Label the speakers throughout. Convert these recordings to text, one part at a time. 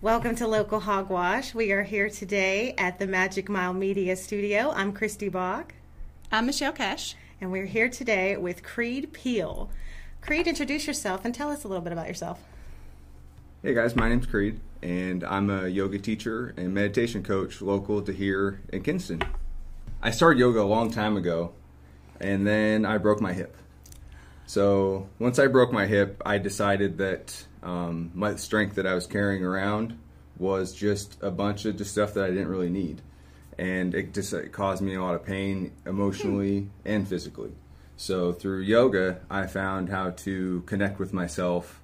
Speaker 1: Welcome to Local Hogwash. We are here today at the Magic Mile Media Studio. I'm Christy Bach,
Speaker 2: I'm Uh, Michelle Cash.
Speaker 1: and we're here today with Creed Peel. Creed, introduce yourself and tell us a little bit about yourself.
Speaker 3: Hey guys, my name's Creed, and I'm a yoga teacher and meditation coach local to here in Kinston. I started yoga a long time ago, and then I broke my hip. So once I broke my hip, I decided that um, my strength that I was carrying around was just a bunch of just stuff that I didn't really need, and it just it caused me a lot of pain emotionally and physically. So through yoga, I found how to connect with myself.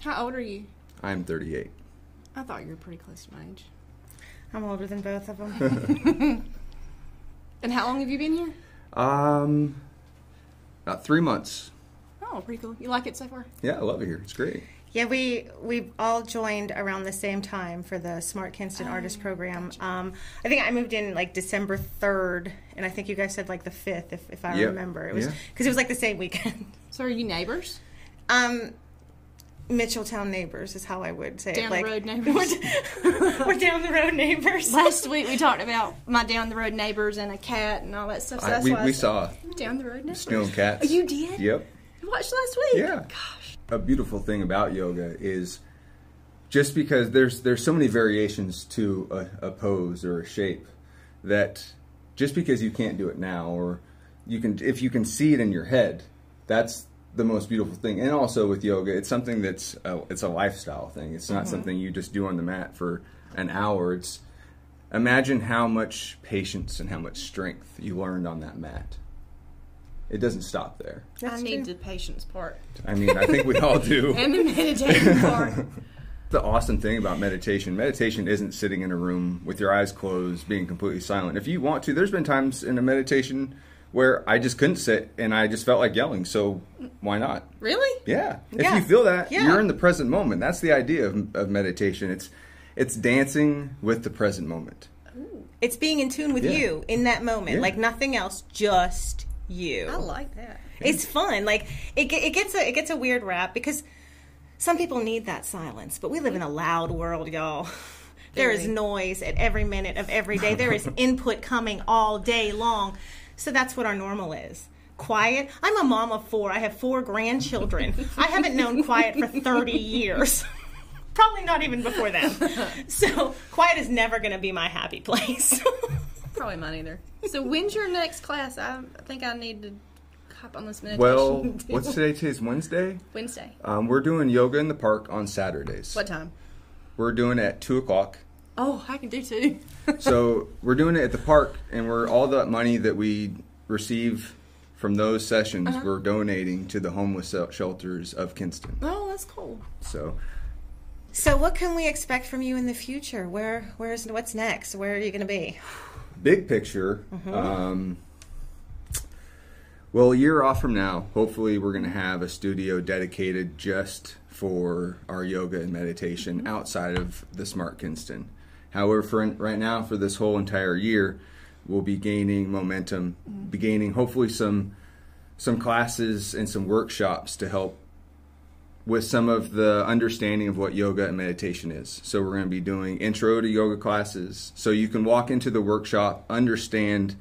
Speaker 2: How old are you?
Speaker 3: I'm 38.
Speaker 2: I thought you were pretty close to my age.
Speaker 1: I'm older than both of them.
Speaker 2: And how long have you been here?
Speaker 3: Um, about three months.
Speaker 2: Oh, pretty cool. You like it so far?
Speaker 3: Yeah, I love it here. It's great.
Speaker 1: yeah, we we all joined around the same time for the Smart Kinston
Speaker 2: Oh,
Speaker 1: Artist Program. Um, I think I moved in like December third, and I think you guys said like the fifth, if, if I
Speaker 3: Yep.
Speaker 1: remember. It was
Speaker 3: Yeah.
Speaker 1: because it was like the same weekend.
Speaker 2: So are you neighbors?
Speaker 1: Um, Mitchelltown neighbors is how I would say it.
Speaker 2: Down
Speaker 1: Like,
Speaker 2: the road neighbors.
Speaker 1: We're down the road neighbors.
Speaker 2: Last week we talked about my down the road neighbors and a cat and all that stuff. So
Speaker 3: I,
Speaker 2: that's
Speaker 3: we
Speaker 2: why I
Speaker 3: we
Speaker 2: said
Speaker 3: saw
Speaker 2: down the road neighbors.
Speaker 3: snow and cats.
Speaker 2: You did?
Speaker 3: Yep.
Speaker 2: You watched last week?
Speaker 3: Yeah.
Speaker 2: Gosh.
Speaker 3: A beautiful thing about yoga is just because there's there's so many variations to a, a pose or a shape that just because you can't do it now or you can if you can see it in your head, that's the most beautiful thing. And also with yoga, it's something that's a, it's a lifestyle thing. It's not something you just do on the mat for an hour. It's imagine how much patience and how much strength you learned on that mat. It doesn't stop there.
Speaker 2: I need the patience part
Speaker 3: I mean, I think we all do.
Speaker 2: and the meditation part.
Speaker 3: the awesome thing about meditation meditation isn't sitting in a room with your eyes closed being completely silent if you want to there's been times in a meditation where i just couldn't sit and i just felt like yelling so why not
Speaker 2: Really?
Speaker 3: yeah if
Speaker 1: Yeah.
Speaker 3: you feel that
Speaker 1: Yeah.
Speaker 3: you're in the present moment that's the idea of, of meditation it's it's dancing with the present moment
Speaker 1: It's being in tune with
Speaker 3: Yeah.
Speaker 1: you in that moment,
Speaker 3: Yeah.
Speaker 1: like nothing else, just you.
Speaker 2: I like that.
Speaker 1: It's fun. Like it, ge- it gets a it gets a weird rap because some people need that silence, but we live in a loud world, y'all. There is
Speaker 2: Very.
Speaker 1: noise at every minute of every day. There is input coming all day long. So that's what our normal is. Quiet. I'm a mom of four. I have four grandchildren. I haven't known quiet for 30 years. Probably not even before then. So quiet is never going to be my happy place.
Speaker 2: Probably mine either. So when's your next class? I I think I need to hop on this meditation.
Speaker 3: well
Speaker 2: deal.
Speaker 3: what's today today's wednesday
Speaker 2: Wednesday?
Speaker 3: um, we're doing yoga in the park on saturdays
Speaker 2: What time?
Speaker 3: we're doing it at 2 o'clock
Speaker 2: Oh, I can do two.
Speaker 3: so we're doing it at the park, and we're all the money that we receive from those sessions, we're donating to the homeless shel- shelters of Kinston.
Speaker 2: Oh, that's cool.
Speaker 3: So
Speaker 1: so what can we expect from you in the future? Where where's what's next? Where are you going to be?
Speaker 3: big picture. Um, well, a year off from now, hopefully, we're going to have a studio dedicated just for our yoga and meditation outside of the Smart Kinston. However, for right now, for this whole entire year, we'll be gaining momentum, be gaining hopefully some some classes and some workshops to help with some of the understanding of what yoga and meditation is. So we're going to be doing intro to yoga classes so you can walk into the workshop, understand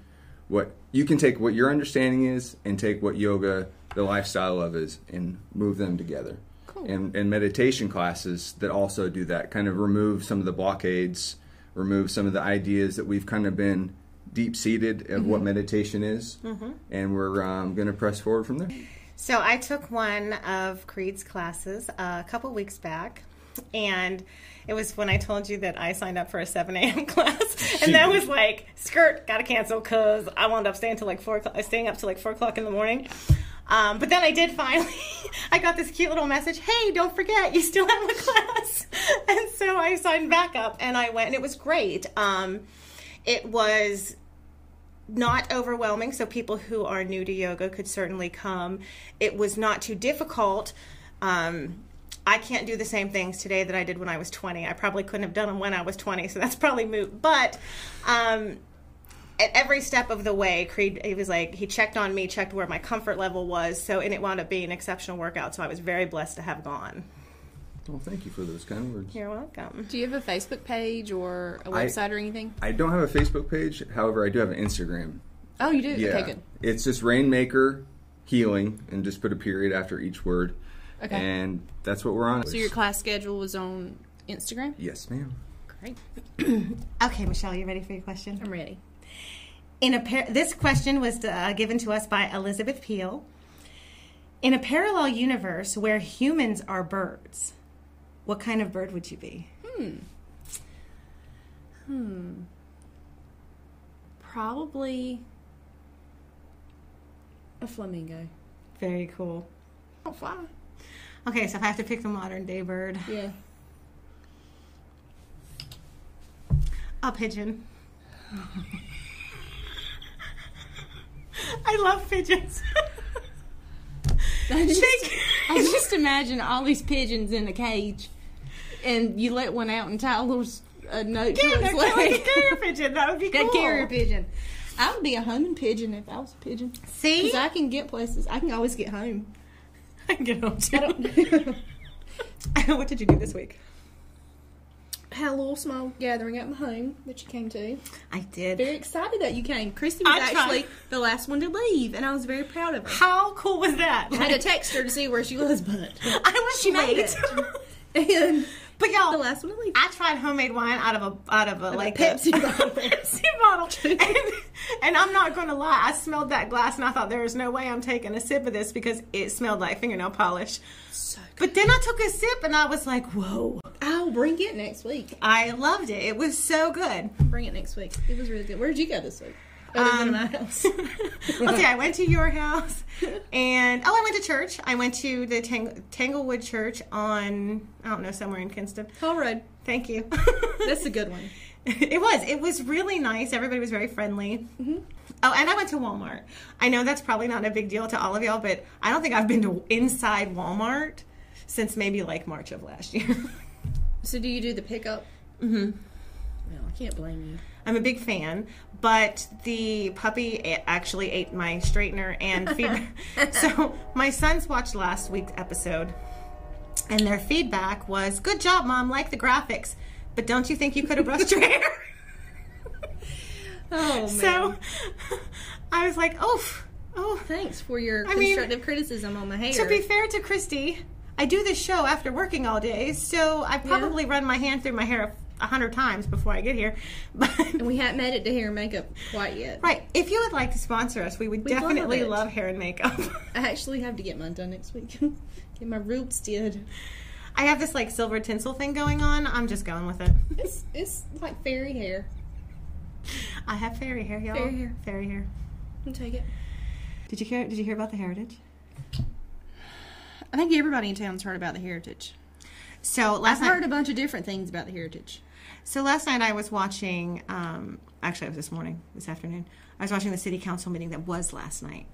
Speaker 3: what you can take what your understanding is and take what yoga the lifestyle of is and move them together.
Speaker 2: Cool.
Speaker 3: And and meditation classes that also do that kind of remove some of the blockades, remove some of the ideas that we've kind of been deep seated of what meditation is, and we're um, going to press forward from there.
Speaker 1: So I took one of Creed's classes a couple weeks back, and it was when I told you that I signed up for a 7 a.m. class, and that was like, skirt, gotta cancel because I wound up staying till like four, o'clock, staying up till like four o'clock in the morning. Um, but then I did finally, I got this cute little message, hey, don't forget, you still have a class. And so I signed back up and I went, and it was great. Um, it was not overwhelming, so people who are new to yoga could certainly come. It was not too difficult. Um, I can't do the same things today that I did when I was 20. I probably couldn't have done them when I was 20, so that's probably moot. But um, at every step of the way, Creed, he was like, he checked on me, checked where my comfort level was. So, and it wound up being an exceptional workout, so I was very blessed to have gone.
Speaker 3: Well, thank you for those kind words.
Speaker 1: You're welcome.
Speaker 4: Do you have a Facebook page or a
Speaker 3: I-
Speaker 4: website or anything?
Speaker 3: I don't have a Facebook page. However, I do have an Instagram.
Speaker 4: Oh, you do.
Speaker 3: Yeah.
Speaker 4: Okay, good.
Speaker 3: It's just Rainmaker Healing, and just put a period after each word.
Speaker 4: Okay.
Speaker 3: And that's what we're on.
Speaker 4: So your class schedule was on Instagram.
Speaker 3: yes, ma'am.
Speaker 4: Great.
Speaker 1: Okay, Michelle, you ready for your question?
Speaker 2: I'm ready.
Speaker 1: In a par- this question was uh, given to us by Elizabeth Peel. In a parallel universe where humans are birds, what kind of bird would you be?
Speaker 4: Hmm. Probably a flamingo.
Speaker 1: Very cool.
Speaker 4: Oh,
Speaker 2: Don't fly.
Speaker 1: Okay, so if I have to pick a modern day bird,
Speaker 4: Yeah.
Speaker 1: a pigeon. I love pigeons.
Speaker 4: I just,
Speaker 1: Shake.
Speaker 4: I just imagine all these pigeons in a cage, and you let one out and tie a little s- a note
Speaker 1: Yeah,
Speaker 4: to
Speaker 1: no,
Speaker 4: its
Speaker 1: kinda like a
Speaker 4: leg.
Speaker 1: carrier pigeon. That would be
Speaker 4: A
Speaker 1: cool.
Speaker 4: carrier pigeon. I would be a homing pigeon if I was a pigeon,
Speaker 1: See,
Speaker 4: because I can get places. I can always get home.
Speaker 1: I can get home too.
Speaker 4: I
Speaker 1: what did you do this week?
Speaker 4: Had a little small gathering at my home that you came to.
Speaker 1: I did.
Speaker 4: Very excited that you came. Christy was
Speaker 1: I tried.
Speaker 4: actually the last one to leave, and I was very proud of her.
Speaker 1: How cool was that?
Speaker 4: I had to text her to see where she was, but
Speaker 1: I was
Speaker 4: She made
Speaker 1: late.
Speaker 4: and
Speaker 1: but
Speaker 4: the
Speaker 1: y'all,
Speaker 4: last one to leave.
Speaker 1: I tried homemade wine out of a out of a like a-
Speaker 4: Pepsi bottle.
Speaker 1: Pepsi bottle. And, and I'm not going to lie, I smelled that glass and I thought there is no way I'm taking a sip of this because it smelled like fingernail polish.
Speaker 4: So good.
Speaker 1: But then I took a sip and I was like, whoa!
Speaker 4: I'll bring it next week.
Speaker 1: I loved it. It was so good.
Speaker 4: Bring it next week. It was really good. Where did you go this week? Other than my house.
Speaker 1: okay, I went to your house, and oh, I went to church. I went to the Tang- Tanglewood Church on I don't know somewhere in Kinston.
Speaker 4: All right.
Speaker 1: Thank you.
Speaker 4: That's a good one.
Speaker 1: it was. It was really nice. Everybody was very friendly.
Speaker 4: Mm-hmm.
Speaker 1: Oh, and I went to Walmart. I know that's probably not a big deal to all of y'all, but I don't think I've been to inside Walmart since maybe like March of last year.
Speaker 4: So do you do the pickup? Mm-hmm.
Speaker 1: Mhm.
Speaker 4: No, I can't blame you.
Speaker 1: I'm a big fan, but the puppy a- actually ate my straightener and feedback. so my sons watched last week's episode, and their feedback was, "Good job, mom. Like the graphics, but don't you think you could have brushed your hair?"
Speaker 4: Oh man.
Speaker 1: so I was like, "Oof, oh."
Speaker 4: Thanks for your
Speaker 1: I mean,
Speaker 4: constructive criticism on my hair.
Speaker 1: To be fair to Christy, I do this show after working all day, so I probably run my hand through my hair a hundred times before I get here. But
Speaker 4: and we haven't made it to hair and makeup quite yet.
Speaker 1: Right. If you would like to sponsor us, we would
Speaker 4: We'd love
Speaker 1: definitely
Speaker 4: it. Uh-huh.
Speaker 1: love, hair and makeup.
Speaker 4: I actually have to get mine done next week. get my roots did.
Speaker 1: I have this like silver tinsel thing going on. I'm just going with it.
Speaker 4: It's it's like fairy hair.
Speaker 1: I have fairy hair, y'all.
Speaker 4: Fairy hair.
Speaker 1: Fairy hair.
Speaker 4: I'll take it.
Speaker 1: Did you hear? Did you hear about the heritage?
Speaker 4: I think everybody in town's heard about the heritage.
Speaker 1: So last
Speaker 4: I've heard
Speaker 1: night,
Speaker 4: a bunch of different things about the heritage.
Speaker 1: so last night I was watching. Um, actually, it was this morning, this afternoon. I was watching the city council meeting that was last night,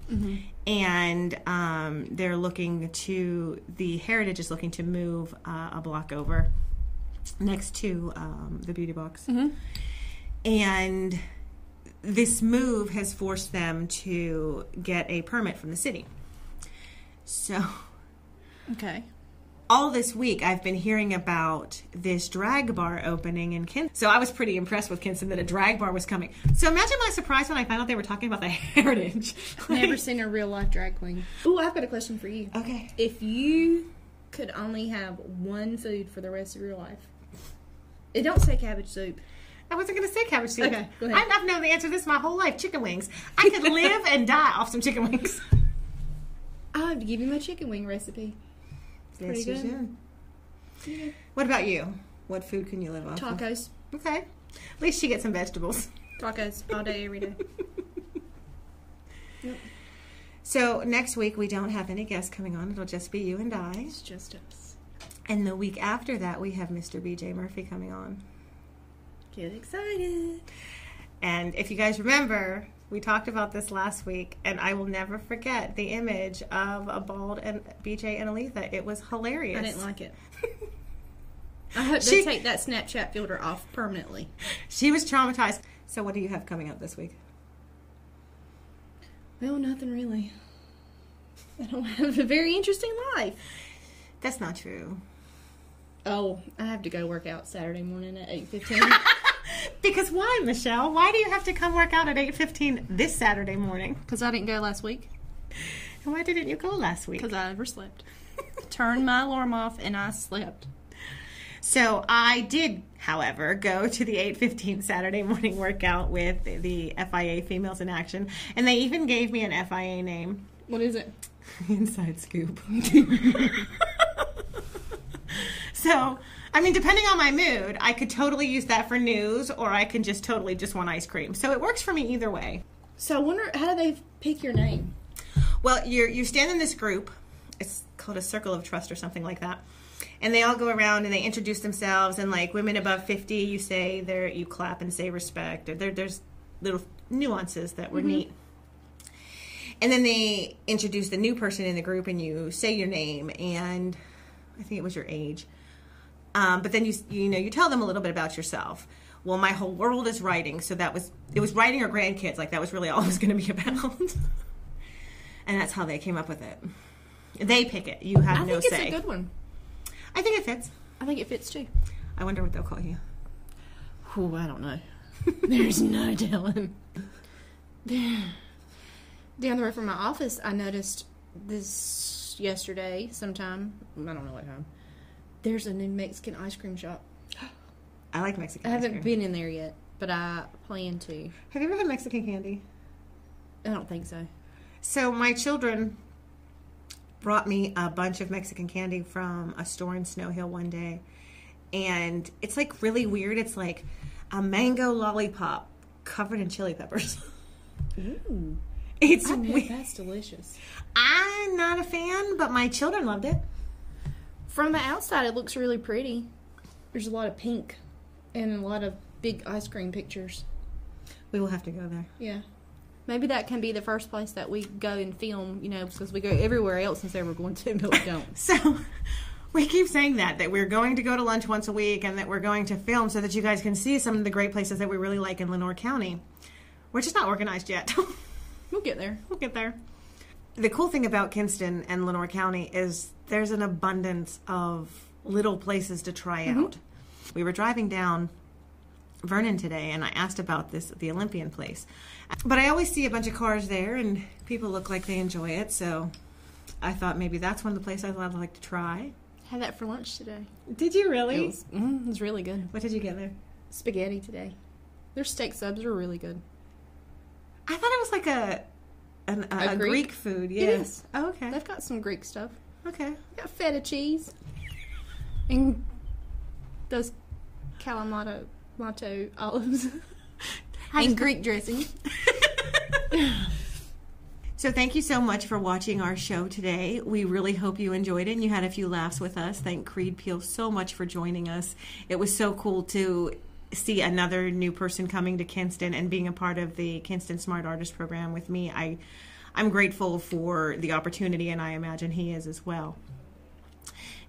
Speaker 1: and um, they're looking to the heritage is looking to move uh, a block over next to um, the beauty box. and this move has forced them to get a permit from the city. So,
Speaker 4: Okay.
Speaker 1: all this week I've been hearing about this drag bar opening in Kinston. So, I was pretty impressed with Kinston that a drag bar was coming. So, imagine my surprise when I found out they were talking about the heritage.
Speaker 4: Never seen a real life drag queen. Ooh, I've got a question for you.
Speaker 1: okay.
Speaker 4: If you could only have one food for the rest of your life, it don't say cabbage soup.
Speaker 1: I wasn't going to say cabbage soup.
Speaker 4: Okay, go ahead.
Speaker 1: I- I've known the answer to this my whole life chicken wings. I could live and die off some chicken wings.
Speaker 4: I'll have to give you my chicken wing recipe.
Speaker 1: Yes,
Speaker 4: Pretty
Speaker 1: you
Speaker 4: good.
Speaker 1: should. What about you? What food can you live off? of?
Speaker 4: Tacos,
Speaker 1: Okay. At least she gets some vegetables.
Speaker 4: tacos all day, every day.
Speaker 1: So next week we don't have any guests coming on. It'll just be you and I.
Speaker 4: It's just us.
Speaker 1: And the week after that we have Mr. BJ Murphy coming on.
Speaker 4: Get excited.
Speaker 1: And if you guys remember, we talked about this last week and I will never forget the image of a bald and BJ and Aletha. It was hilarious.
Speaker 4: I didn't like it. I hope
Speaker 1: She-
Speaker 4: they take that Snapchat filter off permanently.
Speaker 1: She was traumatized. So what do you have coming up this week?
Speaker 4: Well, nothing really. I don't have a very interesting life.
Speaker 1: That's not true.
Speaker 4: Oh, I have to go work out Saturday morning at eight fifteen.
Speaker 1: Because why, Michelle? Why do you have to come work out at 8.15 this Saturday morning?
Speaker 2: Because I didn't go last week.
Speaker 1: And why didn't you go last week?
Speaker 2: Because I overslept.
Speaker 4: Turned my alarm off and I slept.
Speaker 1: So I did, however, go to the 8:15 Saturday morning workout with the FIA Females in Action, and they even gave me an FIA name.
Speaker 4: What is it?
Speaker 1: Inside scoop. so, I mean, depending on my mood, I could totally use that for news, or I can just totally just want ice cream. So it works for me either way.
Speaker 4: So I wonder how do they pick your name?
Speaker 1: Well, you're you stand in this group. It's called a circle of trust or something like that. And they all go around and they introduce themselves. And like women above fifty, you say their you clap and say respect. Or there, there's little nuances that
Speaker 4: Mm-hmm.
Speaker 1: were neat. And then they introduce the new person in the group, and you say your name and I think it was your age. Um, but then you you know you tell them a little bit about yourself. Well, my whole world is writing, so that was it was writing or grandkids. Like that was really all it was going to be about. and that's how they came up with it. They pick it. You have
Speaker 2: I
Speaker 1: no
Speaker 2: think it's
Speaker 1: say.
Speaker 2: a good one.
Speaker 1: I think it fits.
Speaker 2: I think it fits too.
Speaker 1: I wonder what they'll call you.
Speaker 2: Oh, I don't know. There's no telling.
Speaker 4: Down the road from my office, I noticed this yesterday sometime. I don't know what time. There's a new Mexican ice cream shop.
Speaker 1: I like Mexican.
Speaker 4: I
Speaker 1: ice
Speaker 4: haven't
Speaker 1: cream.
Speaker 4: been in there yet, but I plan to.
Speaker 1: Have you ever had Mexican candy?
Speaker 4: I don't think so.
Speaker 1: So my children brought me a bunch of Mexican candy from a store in Snow Hill one day, and it's like really weird. It's like a mango lollipop covered in chili peppers.
Speaker 4: Ooh,
Speaker 1: It's
Speaker 4: I bet
Speaker 1: weird.
Speaker 4: that's delicious.
Speaker 1: I'm not a fan, but my children loved it.
Speaker 4: From the outside, it looks really pretty. There's a lot of pink and a lot of big ice cream pictures.
Speaker 1: We will have to go there.
Speaker 4: Yeah. Maybe that can be the first place that we go and film, you know, because we go everywhere else and say we're going to, but we don't.
Speaker 1: So we keep saying that that we're going to go to lunch once a week and that we're going to film so that you guys can see some of the great places that we really like in Lenore County. We're just not organized yet.
Speaker 4: we'll get there.
Speaker 1: we'll get there. The cool thing about Kinston and Lenore County is there's an abundance of little places to try out. We were driving down Vernon today and I asked about this the Olympian place. But I always see a bunch of cars there and people look like they enjoy it, so I thought maybe that's one of the places I'd like to try.
Speaker 4: Had that for lunch today.
Speaker 1: Did you
Speaker 4: It
Speaker 1: really?
Speaker 4: was, mm, it was really good.
Speaker 1: what did you get there?
Speaker 4: Spaghetti today. Their steak subs are really good.
Speaker 1: I thought it was like a an, a,
Speaker 4: A
Speaker 1: a Greek?
Speaker 4: Greek?
Speaker 1: food. Yeah.
Speaker 4: It is.
Speaker 1: Oh, okay.
Speaker 4: They've got some Greek stuff.
Speaker 1: okay.
Speaker 4: They got feta cheese and those Kalamato Mato olives and Greek dressing.
Speaker 1: So thank you so much for watching our show today. We really hope you enjoyed it and you had a few laughs with us. Thank Creed Peel so much for joining us. It was so cool to see another new person coming to Kinston and being a part of the Kinston Smart Artist program with me. I I'm grateful for the opportunity and I imagine he is as well.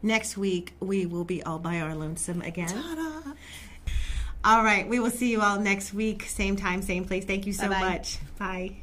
Speaker 1: Next week we will be all by our lonesome again. All right, we will see you all next week, same time, same place. Thank you so
Speaker 4: Bye-bye.
Speaker 1: much. Bye.